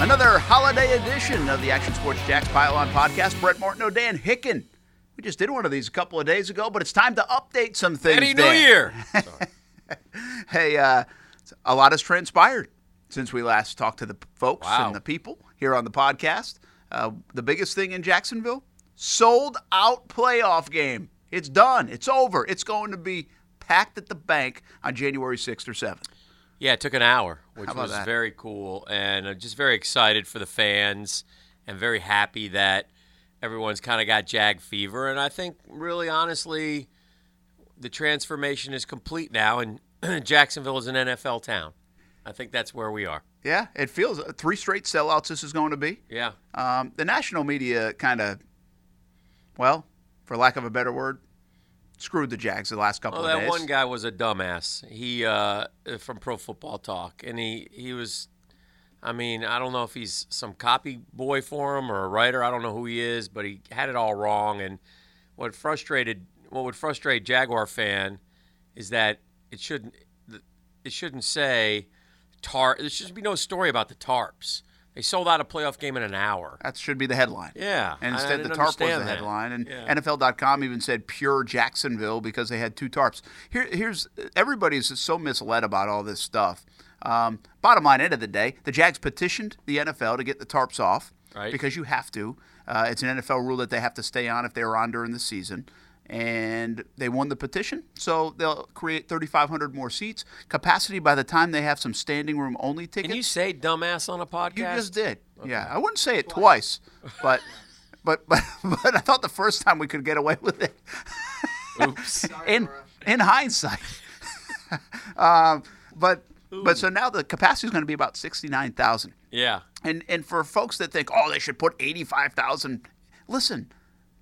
Another holiday edition of the Action Sports Jacks Pylon Podcast. Brett Martineau, Dan Hicken. We just did one of these a couple of days ago, but it's time to update some things. Happy New Dan. Year. Hey, uh, a lot has transpired since we last talked to the p- folks Wow. and the people here on the podcast. Uh, the biggest thing in Jacksonville sold out playoff game. It's done. It's over. It's going to be packed at the bank on January 6th or 7th. yeah, it took an hour, which about was that? very cool, and I'm just very excited for the fans, and very happy that everyone's kind of got Jag fever, and I think really honestly, the transformation is complete now, and Jacksonville is an NFL town. I think that's where we are. Yeah, it feels uh, three straight sellouts. This is going to be. Yeah. Um, the national media kind of, well, for lack of a better word, screwed the Jags the last couple Well, of that days. one guy was a dumbass. He uh, from Pro Football Talk, and he he was. I mean, I don't know if he's some copy boy for him or a writer. I don't know who he is, but he had it all wrong. And what frustrated, what would frustrate Jaguar fan, is that it shouldn't, it shouldn't say, tar. There should be no story about the tarps. They sold out a playoff game in an hour. that should be the headline. Yeah, And I- I instead, the didn't tarp was understand the that. headline, and Yeah. NFL.com even said "pure Jacksonville" because they had two tarps. Here, here's everybody's so misled about all this stuff. Um, bottom line, end of the day, the Jags petitioned the NFL to get the tarps off Right. because you have to. Uh, it's an NFL rule that they have to stay on if they were on during the season, and they won the petition, so they'll create 3,500 more seats capacity by the time they have some standing room only tickets. Can you say dumbass on a podcast? You just did. Yeah, I wouldn't say it twice, but but but but I thought the first time we could get away with it. Oops. In in hindsight. um, but but so now the capacity is going to be about sixty nine thousand, yeah. and and for folks that think oh they should put eighty five thousand, listen.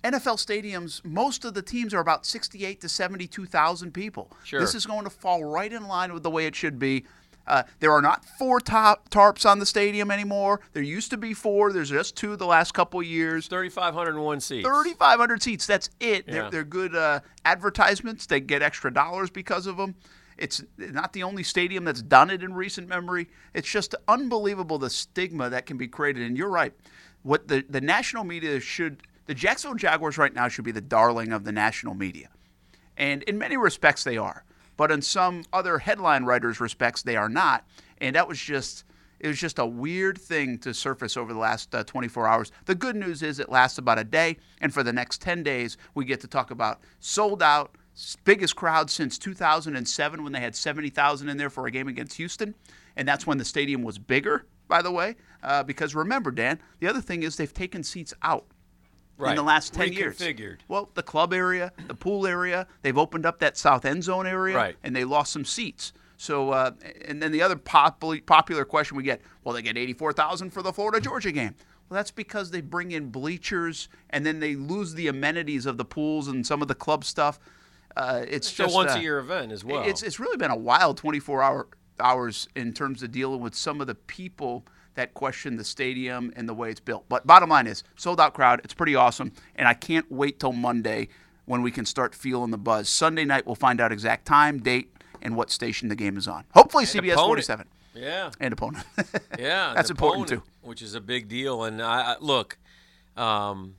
NFL stadiums, most of the teams are about 68 to 72,000 people. Sure. This is going to fall right in line with the way it should be. Uh, there are not four top tarps on the stadium anymore. There used to be four. There's just two the last couple years. 3,501 seats. 3,500 seats. That's it. They're, Yeah. they're good uh, advertisements. They get extra dollars because of them. It's not the only stadium that's done it in recent memory. It's just unbelievable the stigma that can be created. And you're right. What the, the national media should, the Jacksonville Jaguars right now should be the darling of the national media. And in many respects, they are. But in some other headline writers' respects, they are not. And that was just. It was just a weird thing to surface over the last uh, 24 hours. The good news is it lasts about a day, and for the next 10 days, we get to talk about sold out, s- biggest crowd since 2007 when they had 70,000 in there for a game against Houston. And that's when the stadium was bigger, by the way. Uh, because remember, Dan, the other thing is they've taken seats out in the last 10 years. Reconfigured. Well, the club area, the pool area, they've opened up that south end zone area, Right. and they lost some seats. So, uh, and then the other popular, popular question we get, well, they get 84,000 for the Florida Georgia game. Well, that's because they bring in bleachers and then they lose the amenities of the pools and some of the club stuff. Uh, it's It's a just once uh, a year event as well. it's it's really been a wild 24 hour hours in terms of dealing with some of the people that question the stadium and the way it's built. But bottom line is sold out crowd. It's pretty awesome, and I can't wait till Monday when we can start feeling the buzz. Sunday night we'll find out exact time, date, and what station the game is on. Hopefully CBS opponent. 47 yeah, and opponent. yeah, an that's important, opponent, which is a big deal. And I, I look, um,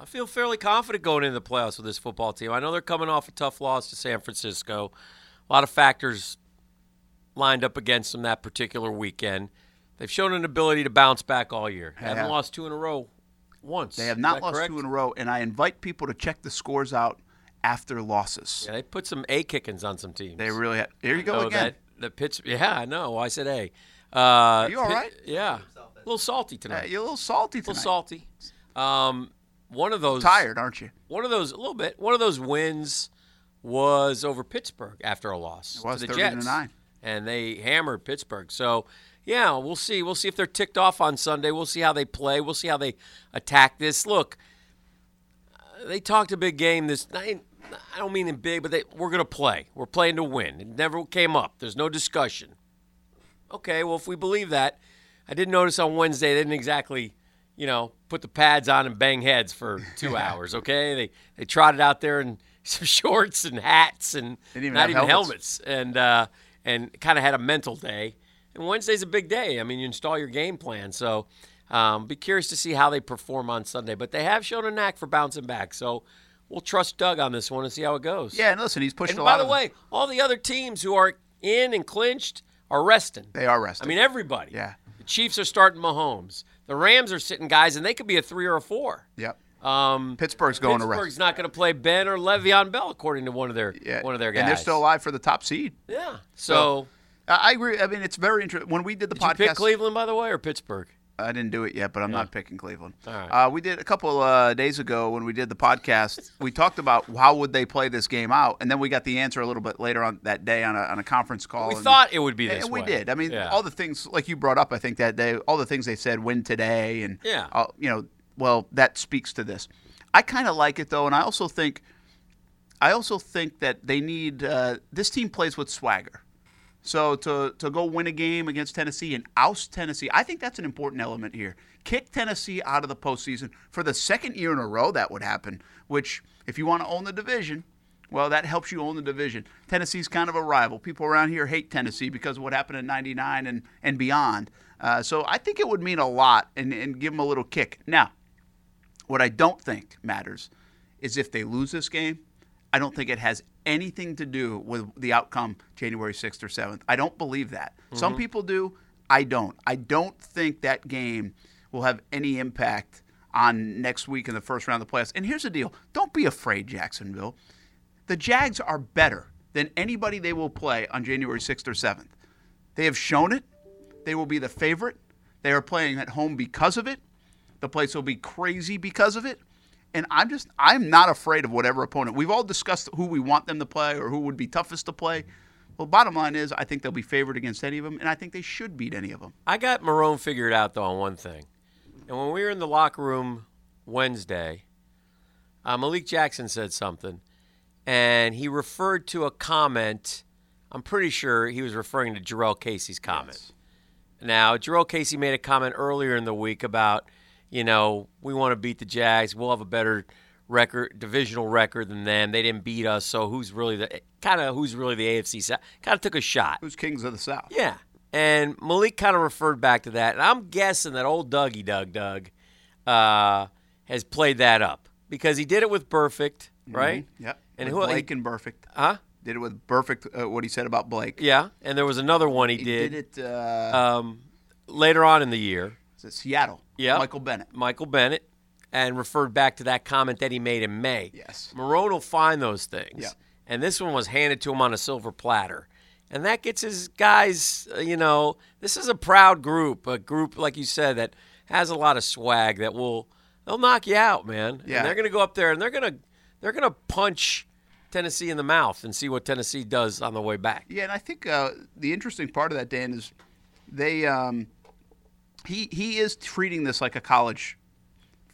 I feel fairly confident going into the playoffs with this football team. I know they're coming off a tough loss to San Francisco. A lot of factors lined up against them that particular weekend. They've shown an ability to bounce back all year. They haven't Yeah. lost two in a row once. they have not lost two in a row, and I invite people to check the scores out after losses. Yeah, they put some a kickings on some teams. They really have. Here you go Oh, again. that the pitch. Yeah, I know. I said A. Uh, Are you all right? Yeah, a little salty Yeah, tonight. you're a little salty a tonight. little salty. Um, one of those Tired, aren't you? One of those a little bit. One of those wins was over Pittsburgh after a loss was to the 30 to Jets, nine. and they hammered Pittsburgh. So yeah, we'll see. We'll see if they're ticked off on Sunday. We'll see how they play. We'll see how they attack this. Look, they talked a big game this night. I don't mean in big, but they, we're going to play. We're playing to win. It never came up. There's no discussion. Okay, well, if we believe that, I did notice on Wednesday they didn't exactly, you know, put the pads on and bang heads for two hours. Okay, they they trotted out there in some shorts and hats and They didn't even not have even helmets. helmets, and uh, and kind of had a mental day. and Wednesday's a big day. I mean, you install your game plan. So um, be curious to see how they perform on Sunday. But they have shown a knack for bouncing back. So we'll trust Doug on this one and see how it goes. Yeah, and listen, he's pushed And a by lot the of way, all the other teams who are in and clinched are resting. They are resting. I mean, everybody. Yeah. The Chiefs are starting Mahomes. The Rams are sitting guys, and they could be a three or a four. Yep. Um, Pittsburgh's going to Pittsburgh's rest. not going to play Ben or Le'Veon Bell, according to one of their Yeah. one of their guys. And they're still alive for the top seed. yeah. So, I I agree. I mean, it's very interesting. When we did the did you podcast, pick Cleveland by the way, or Pittsburgh? I didn't do it yet, but I'm not picking Cleveland. right. Uh, we did a couple uh, days ago when we did the podcast. we talked about how would they play this game out, and then we got the answer a little bit later on that day on a, on a conference call. We and- thought it would be this. and we way. did. I mean, Yeah. all the things like you brought up. I think that day, all the things they said, win today, and Yeah. uh, you know, well, that speaks to this. I kind of like it though, and I also think, I also think that they need uh, this team plays with swagger. So to to go win a game against Tennessee and oust Tennessee, I think that's an important element here. Kick Tennessee out of the postseason for the second year in a row. That would happen. Which, if you want to own the division, well, that helps you own the division. Tennessee's kind of a rival. People around here hate Tennessee because of what happened in '99 and and beyond. Uh, so I think it would mean a lot and and give them a little kick. Now, what I don't think matters is if they lose this game. I don't think it has anything to do with the outcome January 6th or 7th. I don't believe that. Some people do. I don't. I don't think that game will have any impact on next week in the first round of the playoffs. And here's the deal don't be afraid, Jacksonville. The Jags are better than anybody they will play on January 6th or 7th. They have shown it. They will be the favorite. They are playing at home because of it. The place will be crazy because of it. And I'm just, I'm not afraid of whatever opponent. We've all discussed who we want them to play or who would be toughest to play. Well, bottom line is, I think they'll be favored against any of them, and I think they should beat any of them. I got Marone figured out though on one thing, and when we were in the locker room Wednesday, uh, Malik Jackson said something, and he referred to a comment. I'm pretty sure he was referring to Jarrell Casey's comment. Now, Jarrell Casey made a comment earlier in the week about, you know, we want to beat the Jags. We'll have a better record, divisional record than them. They didn't beat us, so who's really the kind of who's really the AFC? South? Kind of took a shot. Who's Kings of the South? Yeah. And Malik kind of referred back to that. And I'm guessing that old Dougie Doug Doug uh, has played that up because he did it with Perfect, right? Mm-hmm. Yep. And And who- who? Blake and Perfect. Huh? Did it with Perfect, uh, what he said about Blake. Yeah. And there was another one he, He did, did it, uh, um, later on in the year, was it Seattle. Yep. Michael Bennett. Michael Bennett, and referred back to that comment that he made in May. Yes. Marone will find those things. Yeah. And this one was handed to him on a silver platter. And that gets his guys, uh, you know, this is a proud group, a group, like you said, that has a lot of swag that will, they'll knock you out, man. Yeah. And they're going to go up there and they're going to, they're going to punch Tennessee in the mouth and see what Tennessee does on the way back. Yeah, and I think uh, the interesting part of that, Dan, is they um, he he is treating this like a college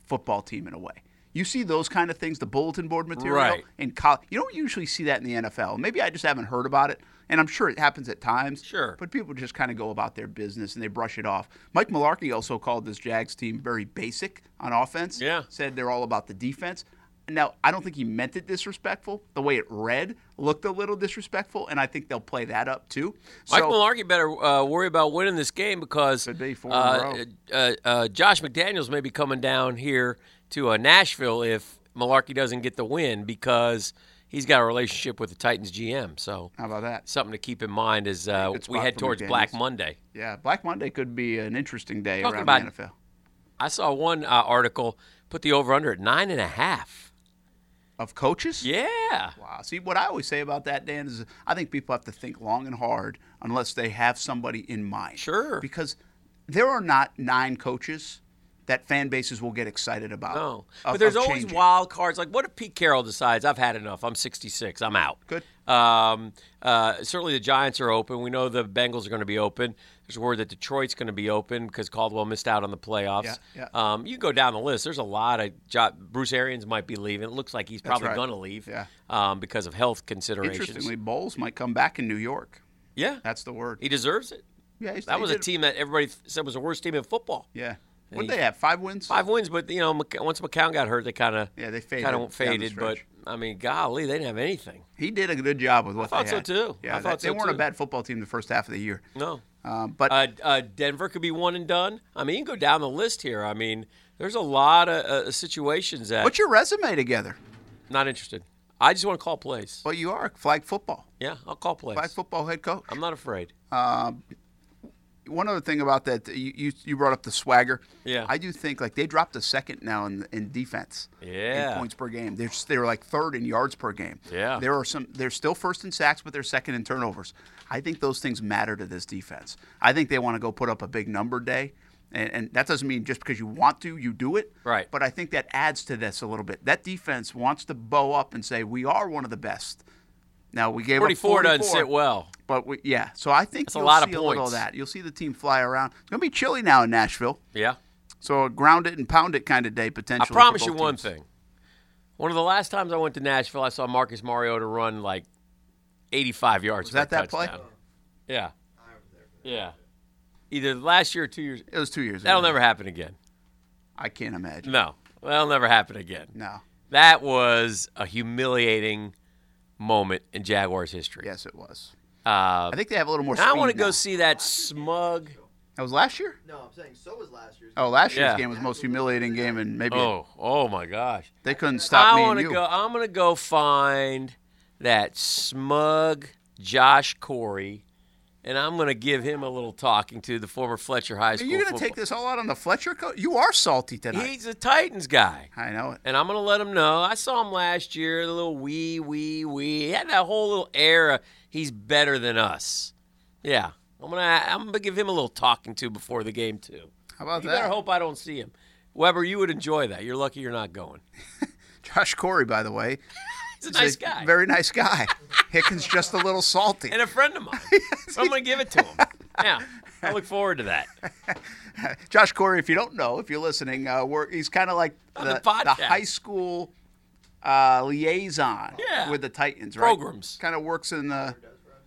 football team in a way. You see those kind of things, the bulletin board material Right. in college. You don't usually see that in the NFL. Maybe I just haven't heard about it, and I'm sure it happens at times. Sure. but people just kind of go about their business and they brush it off. Mike Mularkey also called this Jags team very basic on offense Yeah. said they're all about the defense. Now, I don't think he meant it disrespectful. The way it read looked a little disrespectful, and I think they'll play that up too. Mike So- Mularkey better uh, worry about winning this game because Could be four in a uh, uh, uh, Josh McDaniels may be coming down here to uh, Nashville if Mularkey doesn't get the win because he's got a relationship with the Titans GM. So how about that? something to keep in mind as uh, good we spot head for towards McDaniels. Black Monday. Yeah, Black Monday could be an interesting day Talking around about- the NFL. I saw one uh, article put the over under at nine and a half. Of coaches? Yeah. Wow. See, what I always say about that, Dan, is I think people have to think long and hard unless they have somebody in mind. Sure. Because there are not nine coaches that fan bases will get excited about. No, of- Oh. but there's of always changing. wild cards. Like, what if Pete Carroll decides I've had enough? I'm 66. I'm out. Good. Um, uh, certainly, the Giants are open. We know the Bengals are going to be open. There's word that Detroit's going to be open because Caldwell missed out on the playoffs. Yeah, yeah. Um, you go down the list. There's a lot of jo- Bruce Arians might be leaving. It looks like he's probably right. going to leave. Yeah. Um, because of health considerations. Interestingly, Bowles might come back in New York. Yeah. That's the word. He deserves it. Yeah, he's- That he was a did- team that everybody th- said was the worst team in football. Yeah. What did they have? Five wins. Five wins, but you know, Mc- once McCown got hurt, they kind of Yeah, they faded Kind down the of faded, but stretch. I mean, golly, they didn't have anything. He did a good job with what thought they so had. too. Yeah, I thought they, so they weren't too. a bad football team the first half of the year. No. Um, but Uh, uh, Denver could be one and done. I mean, you can go down the list here. I mean, there's a lot of uh, situations that put your resume together. not interested. I just want to call plays. Well, you are flag football, Yeah, I'll call plays. flag football head coach. I'm not afraid. Uh, One other thing about that, you, you you brought up the swagger. Yeah. I do think like they dropped a second now in in defense. Yeah. in points per game. They're just, they're like third in yards per game. Yeah. there are some. They're still first in sacks, but they're second in turnovers. I think those things matter to this defense. I think they want to go put up a big number day. And, and that doesn't mean just because you want to, you do it. Right. But I think that adds to this a little bit. That defense wants to bow up and say, we are one of the best. Now, we gave 44 up 44. doesn't sit well. But we, yeah, so I think a you'll lot of see a little points. of that. You'll see the team fly around. It's going to be chilly now in Nashville, Yeah. so a ground it and pound it kind of day I potentially. for promise you both one teams. thing. One of the last times I went to Nashville, I saw Marcus Mariota run like 85 yards. Was that for a that play? touchdown. Yeah. Yeah. Either last year or two years. It was two years. That'll ago. never happen again. I can't imagine. No, that'll never happen again. No. That was a humiliating moment in Jaguars history. Yes, it was. Uh, I think they have a little more. now I speed want to now. go see that smug. That was last year. No, I'm saying so was last year's. Oh, last year's Yeah. game was the most humiliating game, and maybe Oh, oh my gosh. they couldn't stop I me wanna and you. go. I'm gonna go find that smug Josh Corey, and I'm gonna give him a little talking to the former Fletcher High Are School. you going to take this all out on the Fletcher coach? You are salty tonight. He's a Titans guy, I know it. and I'm gonna let him know. I saw him last year. The little wee wee wee. He had that whole little air. Of, he's better than us. Yeah, I'm gonna. I'm gonna give him a little talking to before the game too. How about You that? better hope I don't see him. Weber, you would enjoy that. You're lucky you're not going. Josh Corey, by the way, He's a is a nice guy. Very nice guy. Hickens just a little salty. and a friend of mine. so I'm going to give it to him. Yeah, I look forward to that. Josh Corey, if you don't know, if you're listening, uh, we're, he's kind of like On the the, podcast. high school uh, liaison Yeah. with the Titans, right? Programs. Kind of works in the,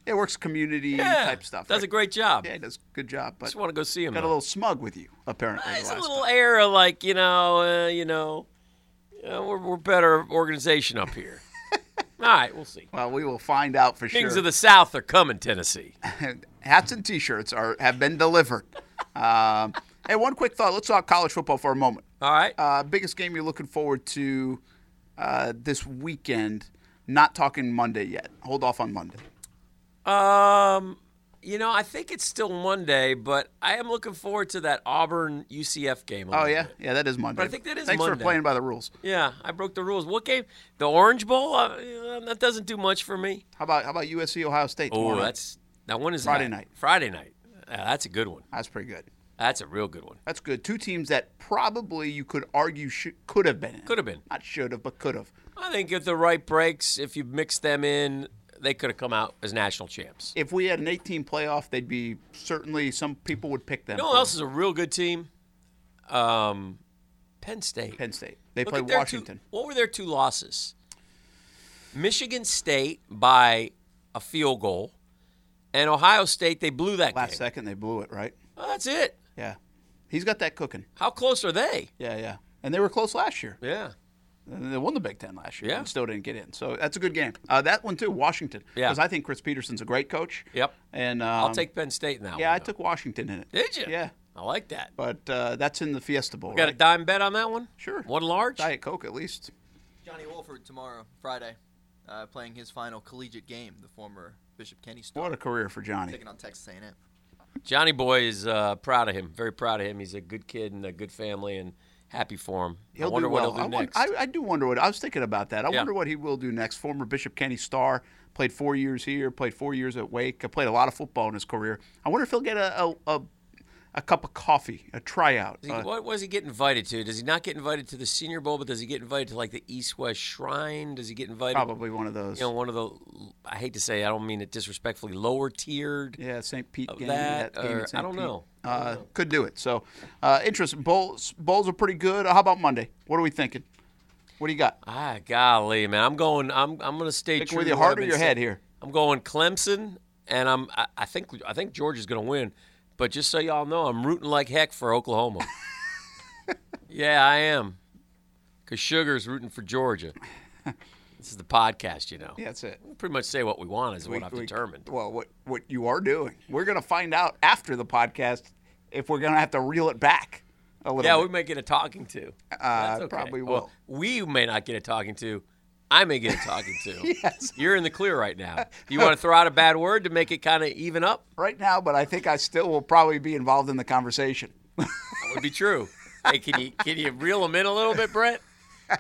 it works community Yeah, type stuff. Does right? a great job. Yeah, he does a good job, but Just want to go see him. got a though. little smug with you apparently. There's the a last little time. air of like you know, uh, you know, you know, we're we're better organization up here. All right, we'll see. Well, we will find out for Kings sure. of the South are coming, Tennessee. Hats and T-shirts are have been delivered. um, hey, one quick thought. Let's talk college football for a moment. All right, Uh, biggest game you're looking forward to uh, this weekend? Not talking Monday yet. Hold off on Monday. Um, you know, I think it's still Monday, but I am looking forward to that Auburn UCF game. a Oh little yeah, bit. yeah, that is Monday. I think that is Thanks Monday. for playing by the rules. yeah. I broke the rules. What game? The Orange Bowl. Uh, yeah, that doesn't do much for me. How about how about USC Ohio State? Oh, tomorrow night? that's that one is Friday that? night. Friday night. Yeah, that's a good one. that's pretty good. That's a real good one. That's good. Two teams that probably you could argue should, could have been in. Could have been. Not should have, but could have. I think if the right breaks, if you mix them in, they could have come out as national champs. if we had an 18 playoff, they'd be certainly some people would pick them. You know for who else is a real good team? Um, Penn State. Penn State. They Look play at their two- Washington. what were their two losses? Michigan State by a field goal, and Ohio State they blew that Last game. second, they blew it. Right? Well, that's it. Yeah. He's got that cooking. How close are they? Yeah, yeah. And they were close last year. Yeah. And They won the Big Ten last year. Yeah. And still didn't get in. So that's a good game. Uh, that one too, Washington. Yeah. Because I think Chris Peterson's a great coach. Yep. And um, I'll take Penn State in that Yeah, one. I though. took Washington in it. Did you? Yeah. I like that. But uh, that's in the Fiesta Bowl. Got a right? dime bet on that one? Sure. One large? Diet Coke at least. Johnny Wolford tomorrow, Friday, uh, playing his final collegiate game. The former Bishop Kenny star What a career for Johnny. taking on Texas A&M. Johnny Boy is uh, proud of him. Very proud of him. He's a good kid and a good family and happy for him. I He'll wonder do what well. he'll do I, won- next. I, I do wonder what I was thinking about that. I Yeah. wonder what he will do next. Former Bishop Kenny Starr played four years here, played four years at Wake. uh, Played a lot of football in his career. I wonder if he'll get a a, a, a cup of coffee, a tryout. Does he- Uh, what was he get invited to? Does he not get invited to the Senior Bowl, but does he get invited to like the East West Shrine? Does he get invited? probably one of those. You know, one of the I hate to say, I don't mean it disrespectfully, lower tiered. yeah, St. Pete game. that, game or- in St. I don't Pete. know. Uh, could do it. So, uh, interest bowls bowls are pretty good. How about Monday? What are we thinking? What do you got? Ah, golly, man, I'm going. I'm I'm going to stay Sticking true. with to your what I've heart or been your saying. head here? I'm going Clemson, and I'm I, I think I think Georgia's going to win. But just so y'all know, I'm rooting like heck for Oklahoma. yeah, I am, because Sugar's rooting for Georgia. This is the podcast, you know. Yeah, that's it. We pretty much say what we want is We- what I've we- determined. Well, what what you are doing? We're going to find out after the podcast if we're going to have to reel it back a little. Yeah, bit. we may get a talking to. That's okay. Uh, probably Well, we may not get a talking to. I may get a talking to. Yes. You're in the clear right now. Do you want to throw out a bad word to make it kind of even up? right now, but I think I still will probably be involved in the conversation. That would be true. hey, can you can you reel him in a little bit, Brett?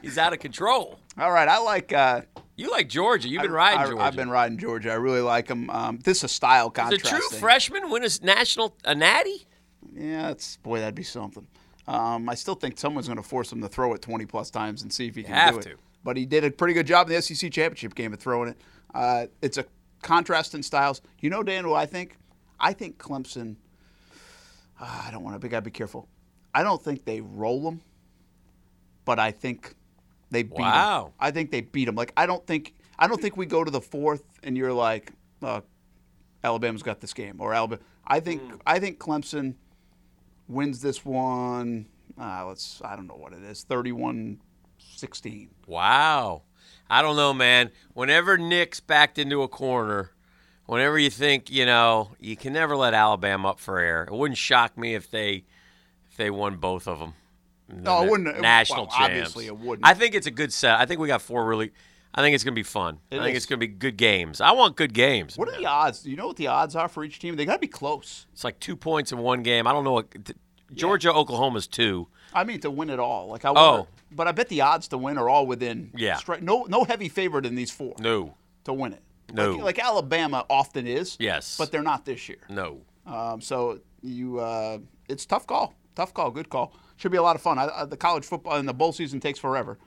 He's out of control. All right, I like. Uh, You like Georgia? You've been riding I, Georgia. I've been riding Georgia. I really like them. Um, this is a style the contrast. true thing. freshman win a s- national a natty. Yeah, that's boy, that'd be something. Um, I still think someone's going to force him to throw it 20 plus times and see if he can have do it. to. But he did a pretty good job in the SEC championship game of throwing it. Uh, it's a contrast in styles. You know, Dan, what I think? I think Clemson. ah, I don't want to. Big, gotta be careful. I don't think they roll them, but I think they beat 'em. Wow. I think they beat them. Like I don't think I don't think we go to the fourth and you're like, uh, Alabama's got this game or Alabama. I think Hmm. I think Clemson wins this one. Uh, let's I don't know what it is. 31-16. Wow. I don't know, man. Whenever Nick's backed into a corner, whenever you think, you know, you can never let Alabama up for air. It wouldn't shock me if they if they won both of them. No, it wouldn't. It- National well, champs. obviously it wouldn't. I think it's a good set. I think we got four really I think it's going to be fun. I think is. it's going to be good games. I want good games. What are man. the odds? Do you know what the odds are for each team? They got to be close. It's like 2 points in one game. I don't know what th- Georgia Oklahoma's 2. I mean to win it all. Like I Oh. wonder, but I bet the odds to win are all within. Yeah. stri- no, no heavy favorite in these four No. to win it. No. Like, like Alabama often is. Yes. But they're not this year. No. Um, so you, uh, it's tough call, tough call, good call. Should be a lot of fun. I, I, the college football and the bowl season takes forever,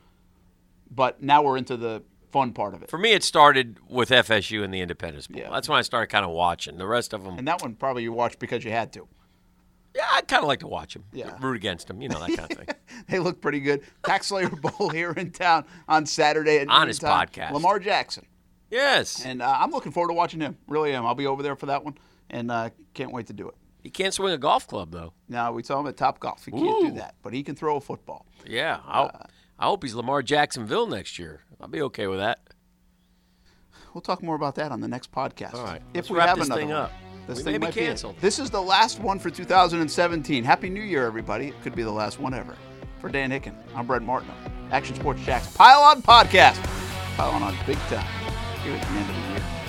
but now we're into the fun part of it. For me, it started with FSU and the Independence Bowl. Yeah. That's when I started kind of watching. The rest of them, And that one probably you watched because you had to. yeah, I kind of like to watch them, Yeah. root against them, you know that kind of thing. They look pretty good. Tax Slayer Bowl here in town on Saturday at On his noontime. podcast. Lamar Jackson, Yes, and uh, I'm looking forward to watching him. Really am. I'll be over there for that one, and uh, can't wait to do it. you can't swing a golf club though. Now we saw him at Top Golf. He can't Ooh. do that, but he can throw a football. Yeah, Uh. I'll, I hope he's Lamar Jacksonville next year. I'll be okay with that. We'll talk more about that on the next podcast. All right. If Let's we wrap have this another thing one. up. This We thing may be might be it. canceled. this is the last one for 2017. Happy New Year, everybody. It could be the last one ever. For Dan Hicken, I'm Brett Martineau. Action Sports Jacks Pile On Podcast. Pile On on Big Time. Here at the end of the year.